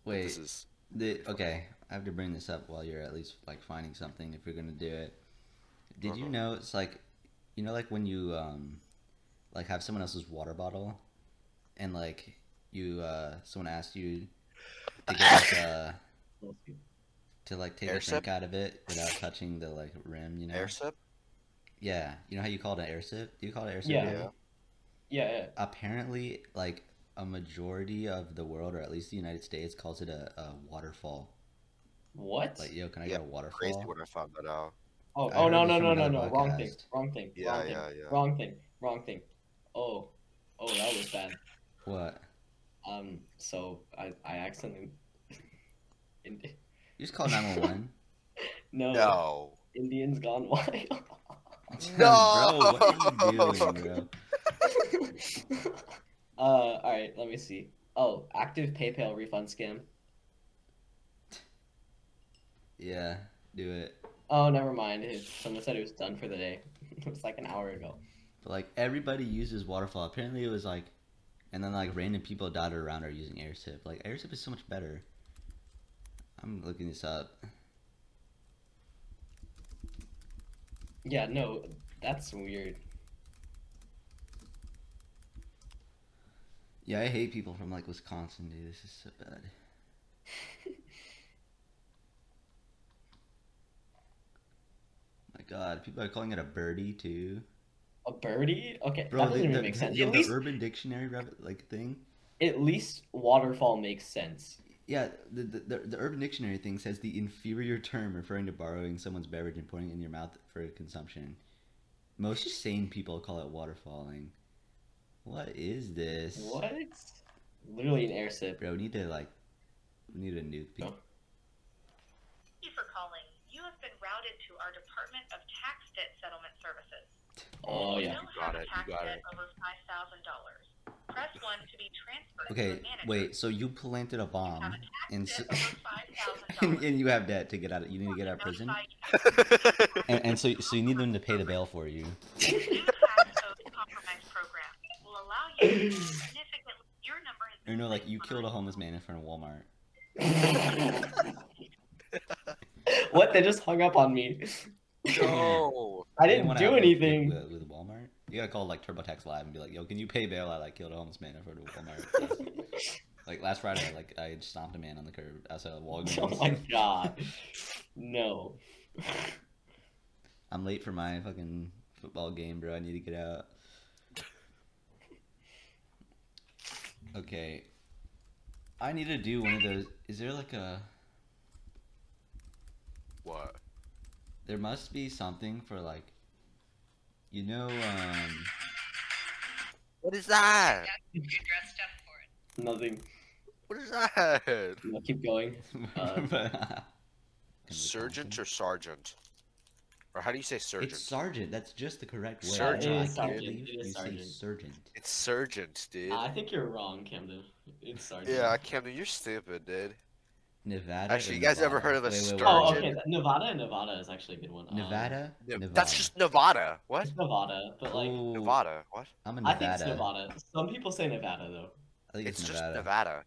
[SPEAKER 3] But
[SPEAKER 1] Wait,
[SPEAKER 3] This is
[SPEAKER 1] the, okay, I have to bring this up while you're at least like finding something if you're gonna do it. Did you
[SPEAKER 3] Uh-huh.
[SPEAKER 1] know it's like, you know, like when you um, like have someone else's water bottle, and like you uh, someone asked you to get like, uh, to like take
[SPEAKER 3] Air
[SPEAKER 1] a drink
[SPEAKER 3] sip?
[SPEAKER 1] out of it without touching the like rim, you know?
[SPEAKER 3] air sip.
[SPEAKER 1] Yeah, you know how you call it an air sip? Do you call it air sip?
[SPEAKER 2] Yeah.
[SPEAKER 1] David?
[SPEAKER 2] Yeah, yeah.
[SPEAKER 1] Apparently, like a majority of the world, or at least the United States, calls it a, a waterfall.
[SPEAKER 2] What?
[SPEAKER 1] Like, yo, can I
[SPEAKER 3] Yeah,
[SPEAKER 1] get a waterfall?
[SPEAKER 3] Crazy when I found that out.
[SPEAKER 2] oh,
[SPEAKER 1] I
[SPEAKER 2] oh
[SPEAKER 1] heard
[SPEAKER 2] no,
[SPEAKER 1] it
[SPEAKER 2] no,
[SPEAKER 1] from
[SPEAKER 2] no, no,
[SPEAKER 1] another
[SPEAKER 2] no. Wrong thing.
[SPEAKER 1] podcast.
[SPEAKER 2] Wrong thing.
[SPEAKER 3] Yeah,
[SPEAKER 2] wrong thing.
[SPEAKER 3] yeah, yeah.
[SPEAKER 2] Wrong thing. Wrong thing. Oh, oh, that was bad.
[SPEAKER 1] What?
[SPEAKER 2] Um, so I, I accidentally. In,
[SPEAKER 1] You just call 911?
[SPEAKER 2] no,
[SPEAKER 3] No.
[SPEAKER 2] Indians gone wild.
[SPEAKER 1] bro, what are you doing, bro?
[SPEAKER 2] uh, all right, let me see. Oh, active PayPal refund scam.
[SPEAKER 1] Yeah, do it.
[SPEAKER 2] Oh, never mind. It- Someone said it was done for the day. it was like an hour ago.
[SPEAKER 1] But, like, everybody uses waterfall. Apparently, it was like, and then, like, random people dotted around are using air sip. Like, air sip is so much better. I'm looking this up.
[SPEAKER 2] Yeah, no, that's weird.
[SPEAKER 1] Yeah, I hate people from like Wisconsin, dude. This is so bad. My God, people are calling it a birdie too,
[SPEAKER 2] A birdie? Okay,
[SPEAKER 1] bro.
[SPEAKER 2] that doesn't
[SPEAKER 1] the,
[SPEAKER 2] even
[SPEAKER 1] the-
[SPEAKER 2] make
[SPEAKER 1] the-
[SPEAKER 2] sense.
[SPEAKER 1] yo,
[SPEAKER 2] At
[SPEAKER 1] the
[SPEAKER 2] least,
[SPEAKER 1] Urban Dictionary rev- like thing.
[SPEAKER 2] at least waterfall makes sense.
[SPEAKER 1] Yeah, the, the the the Urban Dictionary thing says the inferior term referring to borrowing someone's beverage and pouring it in your mouth for consumption. Most sane people call it waterfalling. What is this,
[SPEAKER 2] What? Literally an air sip.
[SPEAKER 1] bro? We need to like, we need to nuke people.
[SPEAKER 5] Thank you for calling. You have been routed to our Department of Tax Debt Settlement Services.
[SPEAKER 2] Oh yeah.
[SPEAKER 5] You
[SPEAKER 3] got
[SPEAKER 5] have a
[SPEAKER 3] it, you
[SPEAKER 5] tax
[SPEAKER 3] got it.
[SPEAKER 5] debt over five thousand dollars. Press one to be transferred
[SPEAKER 1] Okay,
[SPEAKER 5] to a manager.
[SPEAKER 1] wait. So you planted a
[SPEAKER 5] You have
[SPEAKER 1] bomb,
[SPEAKER 5] a tax
[SPEAKER 1] and so,
[SPEAKER 5] debt over five thousand
[SPEAKER 1] and,
[SPEAKER 5] dollars.
[SPEAKER 1] and you have debt to get out. Of, you need to get out of prison, and, and so so you need them to pay the bail for you.
[SPEAKER 5] New tax code compromise program will allow you to significantly. Your number has
[SPEAKER 1] Or
[SPEAKER 5] been
[SPEAKER 1] no, like you
[SPEAKER 5] placed
[SPEAKER 1] killed a
[SPEAKER 5] on-
[SPEAKER 1] homeless man in front of Walmart.
[SPEAKER 2] what? They just hung up on me.
[SPEAKER 3] No.
[SPEAKER 2] I
[SPEAKER 1] You
[SPEAKER 2] didn't
[SPEAKER 1] wanna
[SPEAKER 2] do
[SPEAKER 1] have, like,
[SPEAKER 2] anything.
[SPEAKER 1] with, with Walmart. You gotta call like TurboTax Live and be like, "Yo, can you pay bail? I like killed a homeless man in front of Walmart." like last Friday, like I stomped a man on the curb outside of
[SPEAKER 2] oh my
[SPEAKER 1] Walgreens.
[SPEAKER 2] god. No.
[SPEAKER 1] I'm late for my fucking football game, bro. I need to get out. Okay. I need to do one of those. Is there like a.
[SPEAKER 3] What?
[SPEAKER 1] There must be something for like. You know, um.
[SPEAKER 3] What is that?
[SPEAKER 5] You're dressed up for it.
[SPEAKER 2] Nothing.
[SPEAKER 3] What is that?
[SPEAKER 2] No, keep going. Uh,
[SPEAKER 3] Sergeant or sergeant? Or how do you say
[SPEAKER 1] It's
[SPEAKER 3] sergeant?
[SPEAKER 1] sergeant. That's just the correct way. I
[SPEAKER 3] Sergeant. It
[SPEAKER 1] can't
[SPEAKER 3] is sergeant.
[SPEAKER 1] believe
[SPEAKER 2] It is
[SPEAKER 1] you say
[SPEAKER 2] sergeant.
[SPEAKER 1] sergeant.
[SPEAKER 3] It's sergeant, dude.
[SPEAKER 2] I think you're wrong, Camden. It's Sergeant.
[SPEAKER 3] yeah, Camden, you're stupid, dude.
[SPEAKER 1] Nevada. or
[SPEAKER 3] Actually, you guys ever
[SPEAKER 1] Nevada?
[SPEAKER 3] heard of a
[SPEAKER 1] Wait, wait, wait,
[SPEAKER 2] Oh,
[SPEAKER 1] wait.
[SPEAKER 2] okay. that- Nevada, Nevada is actually a good one. Um,
[SPEAKER 1] Nevada?
[SPEAKER 3] No,
[SPEAKER 1] Nevada.
[SPEAKER 3] That's just Nevada. What?
[SPEAKER 2] it's Nevada, but like
[SPEAKER 1] Ooh,
[SPEAKER 3] Nevada. What?
[SPEAKER 1] I'm a
[SPEAKER 2] I think it's
[SPEAKER 1] Nevada.
[SPEAKER 2] Nevada. Some people say Nevada though.
[SPEAKER 1] I think
[SPEAKER 3] It's,
[SPEAKER 1] it's,
[SPEAKER 3] just
[SPEAKER 1] Nevada.
[SPEAKER 3] Nevada.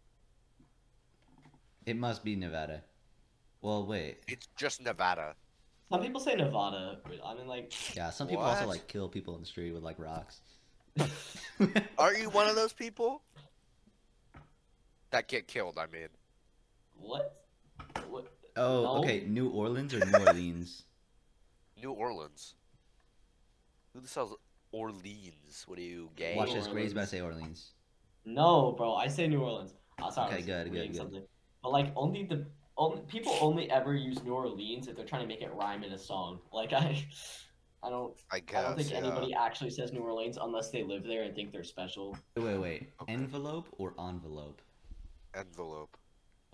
[SPEAKER 1] It must be Nevada. Well, wait.
[SPEAKER 3] It's just Nevada.
[SPEAKER 2] Some people say Nevada. but I mean, like,
[SPEAKER 1] Yeah, some people also
[SPEAKER 3] What?
[SPEAKER 1] like kill people in the street with like rocks.
[SPEAKER 3] Aren't you one of those people? That get killed, I mean.
[SPEAKER 2] what? What?
[SPEAKER 1] oh,
[SPEAKER 2] No.
[SPEAKER 1] okay. New Orleans or New Orleans?
[SPEAKER 3] New Orleans. Who the hell's Orleans? What are you, gay?
[SPEAKER 1] Watch
[SPEAKER 2] New
[SPEAKER 1] this. Grace,
[SPEAKER 2] Orleans.
[SPEAKER 1] but I say Orleans.
[SPEAKER 2] No, bro. I say New Orleans. Oh, sorry, I
[SPEAKER 1] Okay,
[SPEAKER 2] was
[SPEAKER 1] good, good,
[SPEAKER 2] reading
[SPEAKER 1] good.
[SPEAKER 2] something. But like, only the only people only ever use New Orleans if they're trying to make it rhyme in a song. Like I, I don't.
[SPEAKER 3] I
[SPEAKER 2] I
[SPEAKER 3] guess.
[SPEAKER 2] don't think
[SPEAKER 3] yeah.
[SPEAKER 2] anybody actually says New Orleans unless they live there and think they're special.
[SPEAKER 1] Wait, wait, wait.
[SPEAKER 3] Okay.
[SPEAKER 1] Envelope or envelope?
[SPEAKER 3] Envelope.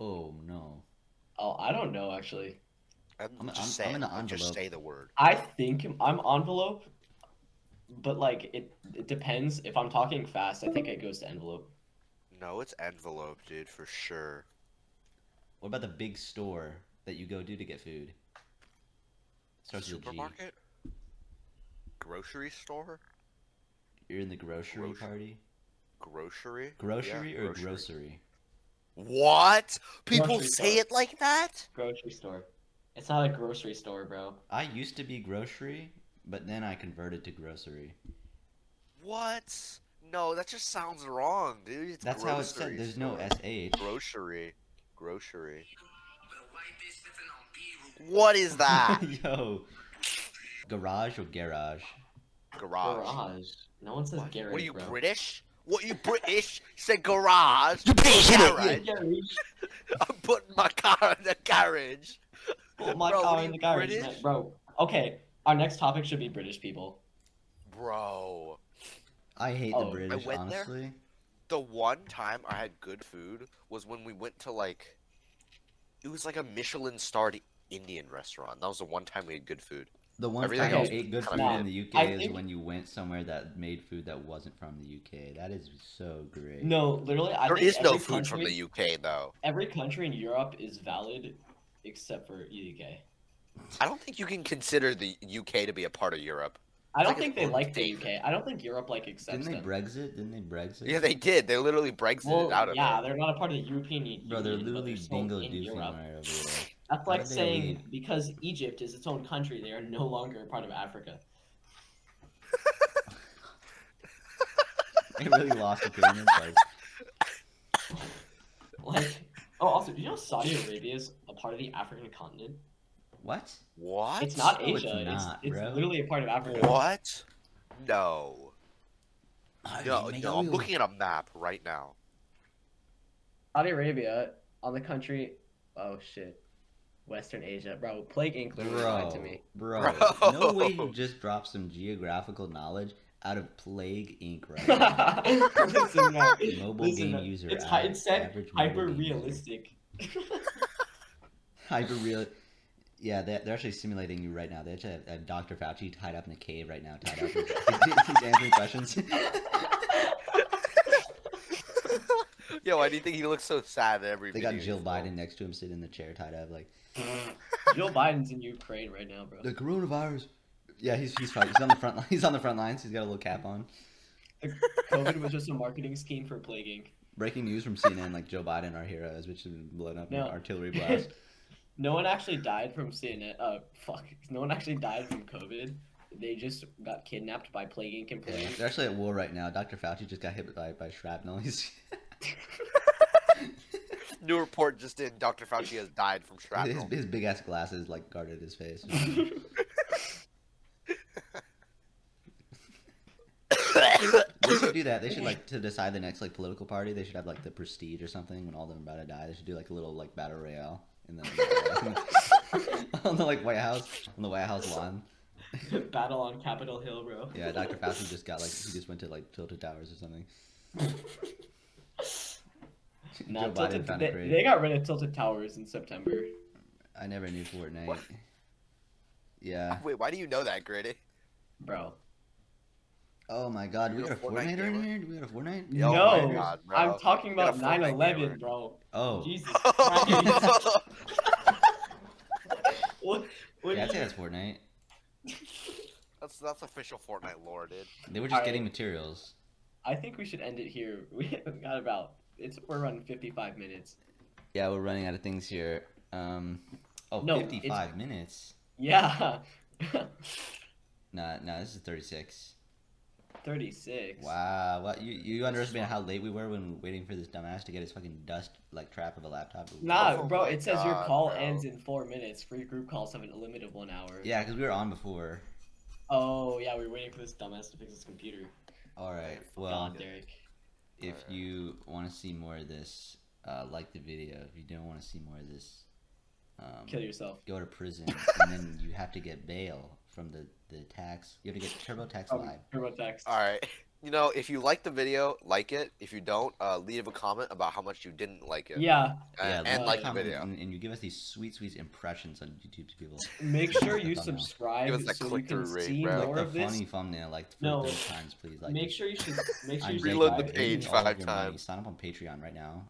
[SPEAKER 1] Oh no.
[SPEAKER 2] Oh, I don't know actually.
[SPEAKER 3] En-
[SPEAKER 1] I'm-
[SPEAKER 3] just
[SPEAKER 1] I'm-
[SPEAKER 3] say
[SPEAKER 1] I'm
[SPEAKER 3] it.
[SPEAKER 1] in an
[SPEAKER 3] Just
[SPEAKER 1] envelope.
[SPEAKER 3] say the word.
[SPEAKER 2] I think I'm envelope, but like it, it depends. If I'm talking fast, I think it goes to envelope.
[SPEAKER 3] No, it's envelope, dude, for sure.
[SPEAKER 1] What about the big store that you go to to get food? Starts with a G.
[SPEAKER 3] Supermarket? grocery store?
[SPEAKER 1] You're in the grocery
[SPEAKER 3] Grocery.
[SPEAKER 1] party.
[SPEAKER 3] Grocery?
[SPEAKER 1] Grocery
[SPEAKER 3] Yeah,
[SPEAKER 1] or
[SPEAKER 3] grocery.
[SPEAKER 1] grocery?
[SPEAKER 3] What? People
[SPEAKER 2] Grocery
[SPEAKER 3] say
[SPEAKER 2] store.
[SPEAKER 3] it like that?
[SPEAKER 2] Grocery store. It's not a grocery store, bro.
[SPEAKER 1] I used to be grocery, but then I converted to grocery.
[SPEAKER 3] What? No, that just sounds wrong, dude. It's
[SPEAKER 1] That's how it's said.
[SPEAKER 3] grocery
[SPEAKER 1] There's no
[SPEAKER 3] store.
[SPEAKER 1] sh.
[SPEAKER 3] grocery. Grocery. What is that?
[SPEAKER 1] Yo. Garage or garage?
[SPEAKER 3] garage.
[SPEAKER 2] Garage. No one says
[SPEAKER 3] What?
[SPEAKER 2] garage.
[SPEAKER 3] What are you
[SPEAKER 2] bro.
[SPEAKER 3] British? What you British? You said garage. Garage.
[SPEAKER 2] Garage.
[SPEAKER 3] I'm putting my car in the garage.
[SPEAKER 2] Put my
[SPEAKER 3] Bro, what
[SPEAKER 2] car
[SPEAKER 3] are
[SPEAKER 2] in the
[SPEAKER 3] you,
[SPEAKER 2] garage,
[SPEAKER 3] British?
[SPEAKER 2] man, bro. Okay, our next topic should be British people.
[SPEAKER 3] Bro,
[SPEAKER 1] I hate
[SPEAKER 2] Oh, I
[SPEAKER 1] the British,
[SPEAKER 3] went there.
[SPEAKER 1] honestly.
[SPEAKER 3] the one time I had good food was when we went to like, it was like a Michelin starred Indian restaurant. That was the one time we had good food.
[SPEAKER 1] The one
[SPEAKER 3] Everything
[SPEAKER 1] time I
[SPEAKER 2] else
[SPEAKER 1] ate good food
[SPEAKER 3] kinda
[SPEAKER 1] in the
[SPEAKER 2] I
[SPEAKER 1] UK is
[SPEAKER 2] think-
[SPEAKER 1] when you went somewhere that made food that wasn't from the UK. That is so great.
[SPEAKER 2] No, literally, I
[SPEAKER 3] there
[SPEAKER 2] think
[SPEAKER 3] is no
[SPEAKER 2] every
[SPEAKER 3] food from
[SPEAKER 2] country-
[SPEAKER 3] the UK though.
[SPEAKER 2] Every country in Europe is valid except for UK.
[SPEAKER 3] I don't think you can consider the UK to be a part of Europe.
[SPEAKER 2] I don't
[SPEAKER 3] like
[SPEAKER 2] think
[SPEAKER 3] its
[SPEAKER 2] they
[SPEAKER 3] own
[SPEAKER 2] like the
[SPEAKER 3] thing.
[SPEAKER 2] UK. I don't think Europe like accepts
[SPEAKER 1] Didn't they
[SPEAKER 2] them.
[SPEAKER 1] Brexit? Didn't they Brexit?
[SPEAKER 3] Yeah, they did. They literally Brexited
[SPEAKER 2] well,
[SPEAKER 3] out of
[SPEAKER 2] yeah,
[SPEAKER 3] it.
[SPEAKER 2] they're not a part of the European Union.
[SPEAKER 1] Bro, they're
[SPEAKER 2] but
[SPEAKER 1] literally
[SPEAKER 2] still
[SPEAKER 1] dingo
[SPEAKER 2] in
[SPEAKER 1] doofing
[SPEAKER 2] Europe.
[SPEAKER 1] right over there.
[SPEAKER 2] That's
[SPEAKER 1] Why
[SPEAKER 2] like
[SPEAKER 1] did they
[SPEAKER 2] saying
[SPEAKER 1] leave?
[SPEAKER 2] because Egypt is its own country, they are no longer a part of Africa.
[SPEAKER 1] They really lost the pyramids. Like,
[SPEAKER 2] Like, oh, also, do you know Saudi Arabia is a part of the African continent?
[SPEAKER 1] what?
[SPEAKER 3] What?
[SPEAKER 2] It's not
[SPEAKER 1] No, it's
[SPEAKER 2] Asia. It's,
[SPEAKER 1] not,
[SPEAKER 2] it's
[SPEAKER 1] bro.
[SPEAKER 2] literally a part of Africa.
[SPEAKER 3] What? No. No, no. I'm looking at a map right now.
[SPEAKER 2] Saudi Arabia on the country. Oh shit, Western Asia, bro. Plague Inc. literally lied to
[SPEAKER 1] Bro,
[SPEAKER 2] me.
[SPEAKER 1] bro,
[SPEAKER 3] Bro.
[SPEAKER 1] no way you just dropped some geographical knowledge out of Plague Inc. right now.
[SPEAKER 2] Listen up.
[SPEAKER 1] Mobile
[SPEAKER 2] Listen
[SPEAKER 1] game
[SPEAKER 2] up.
[SPEAKER 1] user.
[SPEAKER 2] It's,
[SPEAKER 1] average-
[SPEAKER 2] hy- it said
[SPEAKER 1] average mobile
[SPEAKER 2] hyper
[SPEAKER 1] game user.
[SPEAKER 2] realistic.
[SPEAKER 1] Hyper real. Yeah, they're, they're actually simulating you right now. They actually have, have Dr. Fauci tied up in a cave right now, tied up. He's, he's answering questions.
[SPEAKER 3] Yo, why do you think he looks so sad at every
[SPEAKER 1] They
[SPEAKER 3] video?
[SPEAKER 1] got Jill
[SPEAKER 3] he's
[SPEAKER 1] Biden next to him sitting in the chair tied up like
[SPEAKER 2] Joe Biden's in Ukraine right now, bro.
[SPEAKER 1] the coronavirus. Yeah, he's he's fine. He's on the front line. He's on the front lines. He's got a little cap on.
[SPEAKER 2] COVID was just a marketing scheme for Plague Inc.
[SPEAKER 1] Breaking news from CNN: like Joe Biden, our hero, has which has been blown up
[SPEAKER 2] No.
[SPEAKER 1] in artillery blast.
[SPEAKER 2] No one actually died from CNN. Uh, fuck. No one actually died from COVID. They just got kidnapped by Plague Inc. and Plague
[SPEAKER 1] Yeah,
[SPEAKER 2] Inc.
[SPEAKER 1] they're actually at war right now. Dr. Fauci just got hit by, by shrapnel. He's
[SPEAKER 3] New report just in. Dr. Fauci has died from
[SPEAKER 1] his,
[SPEAKER 3] shrapnel.
[SPEAKER 1] his big ass glasses like guarded his face. they should do that. They should like to decide the next like political party. They should have like the prestige or something. When all of them are about to die, they should do like a little like battle royale in the on the like White House on the White House lawn.
[SPEAKER 2] Battle on Capitol Hill, bro.
[SPEAKER 1] Yeah, Dr. Fauci just got like he just went to like Tilted Towers or something.
[SPEAKER 2] Nah,
[SPEAKER 1] Joe Biden
[SPEAKER 2] Tilted-
[SPEAKER 1] found
[SPEAKER 2] they,
[SPEAKER 1] it great.
[SPEAKER 2] they got rid of Tilted Towers in September.
[SPEAKER 1] I never knew Fortnite.
[SPEAKER 3] What?
[SPEAKER 1] Yeah.
[SPEAKER 3] Wait, why do you know that, Gritty?
[SPEAKER 2] Bro.
[SPEAKER 1] Oh my God, we
[SPEAKER 3] You're
[SPEAKER 1] got
[SPEAKER 3] a
[SPEAKER 1] a Fortnite,
[SPEAKER 3] Fortnite
[SPEAKER 1] right
[SPEAKER 3] gamer?
[SPEAKER 1] here. Do we got a Fortnite?
[SPEAKER 2] Yeah. No,
[SPEAKER 3] Oh my God, bro.
[SPEAKER 2] I'm talking
[SPEAKER 3] Got a
[SPEAKER 2] about
[SPEAKER 3] Fortnite
[SPEAKER 2] 9 11,
[SPEAKER 3] gamer.
[SPEAKER 2] bro.
[SPEAKER 1] Oh,
[SPEAKER 2] Jesus Christ. what, what
[SPEAKER 1] yeah, I'd
[SPEAKER 2] do
[SPEAKER 1] say
[SPEAKER 2] you-
[SPEAKER 1] that's Fortnite.
[SPEAKER 3] that's that's official Fortnite lore, dude.
[SPEAKER 1] They were just
[SPEAKER 2] Alright.
[SPEAKER 1] getting materials.
[SPEAKER 2] I think we should end it here. We got about. it's We're running 55 minutes.
[SPEAKER 1] Yeah, we're running out of things here. Um, oh,
[SPEAKER 2] No, it's-
[SPEAKER 1] 55 minutes.
[SPEAKER 2] Yeah.
[SPEAKER 1] Nah, nah, this is 36.
[SPEAKER 2] 36.
[SPEAKER 1] Wow, what you you underestimated how late we were when waiting for this dumbass to get his fucking dust like trap of a laptop.
[SPEAKER 2] Nah,
[SPEAKER 3] Oh
[SPEAKER 2] bro,
[SPEAKER 3] my
[SPEAKER 2] it says your
[SPEAKER 3] God,
[SPEAKER 2] call
[SPEAKER 3] bro.
[SPEAKER 2] ends in four minutes. Free group calls have a limit of one hour.
[SPEAKER 1] Yeah, because we were on before.
[SPEAKER 2] Oh, yeah, we were waiting for this dumbass to fix his computer.
[SPEAKER 1] All right. Well,
[SPEAKER 2] God, Derek.
[SPEAKER 1] if
[SPEAKER 3] Alright.
[SPEAKER 1] you want to see more of this, uh, like the video. If you don't want to see more of this, um,
[SPEAKER 2] Kill yourself.
[SPEAKER 1] go to prison, and then you have to get bail from the the tax. You have to get TurboTax
[SPEAKER 2] Oh,
[SPEAKER 1] Live.
[SPEAKER 2] TurboTax.
[SPEAKER 3] All right. You know, if you like the video, like it. If you don't, uh, leave a comment about how much you didn't like it.
[SPEAKER 2] Yeah,
[SPEAKER 3] Uh,
[SPEAKER 1] Yeah,
[SPEAKER 3] and
[SPEAKER 2] uh,
[SPEAKER 3] like the
[SPEAKER 1] Comment
[SPEAKER 3] video.
[SPEAKER 1] And, and you give us these sweet, sweet impressions on YouTube to people.
[SPEAKER 2] make sure
[SPEAKER 1] Thumbnail.
[SPEAKER 2] you
[SPEAKER 1] Give us
[SPEAKER 2] subscribe
[SPEAKER 3] that
[SPEAKER 2] so you can
[SPEAKER 3] click-through rate,
[SPEAKER 2] see
[SPEAKER 3] bro.
[SPEAKER 1] Like
[SPEAKER 2] more
[SPEAKER 1] the
[SPEAKER 2] of this.
[SPEAKER 1] funny thumbnail, like for
[SPEAKER 2] No.
[SPEAKER 1] those times, please. Like,
[SPEAKER 2] Make sure you should make sure
[SPEAKER 1] I'm
[SPEAKER 2] you
[SPEAKER 1] Jake
[SPEAKER 3] Reload the
[SPEAKER 1] Live. Give me
[SPEAKER 2] subscribe.
[SPEAKER 3] page
[SPEAKER 1] all of
[SPEAKER 3] five
[SPEAKER 1] your money.
[SPEAKER 3] times.
[SPEAKER 1] Sign up on Patreon right now.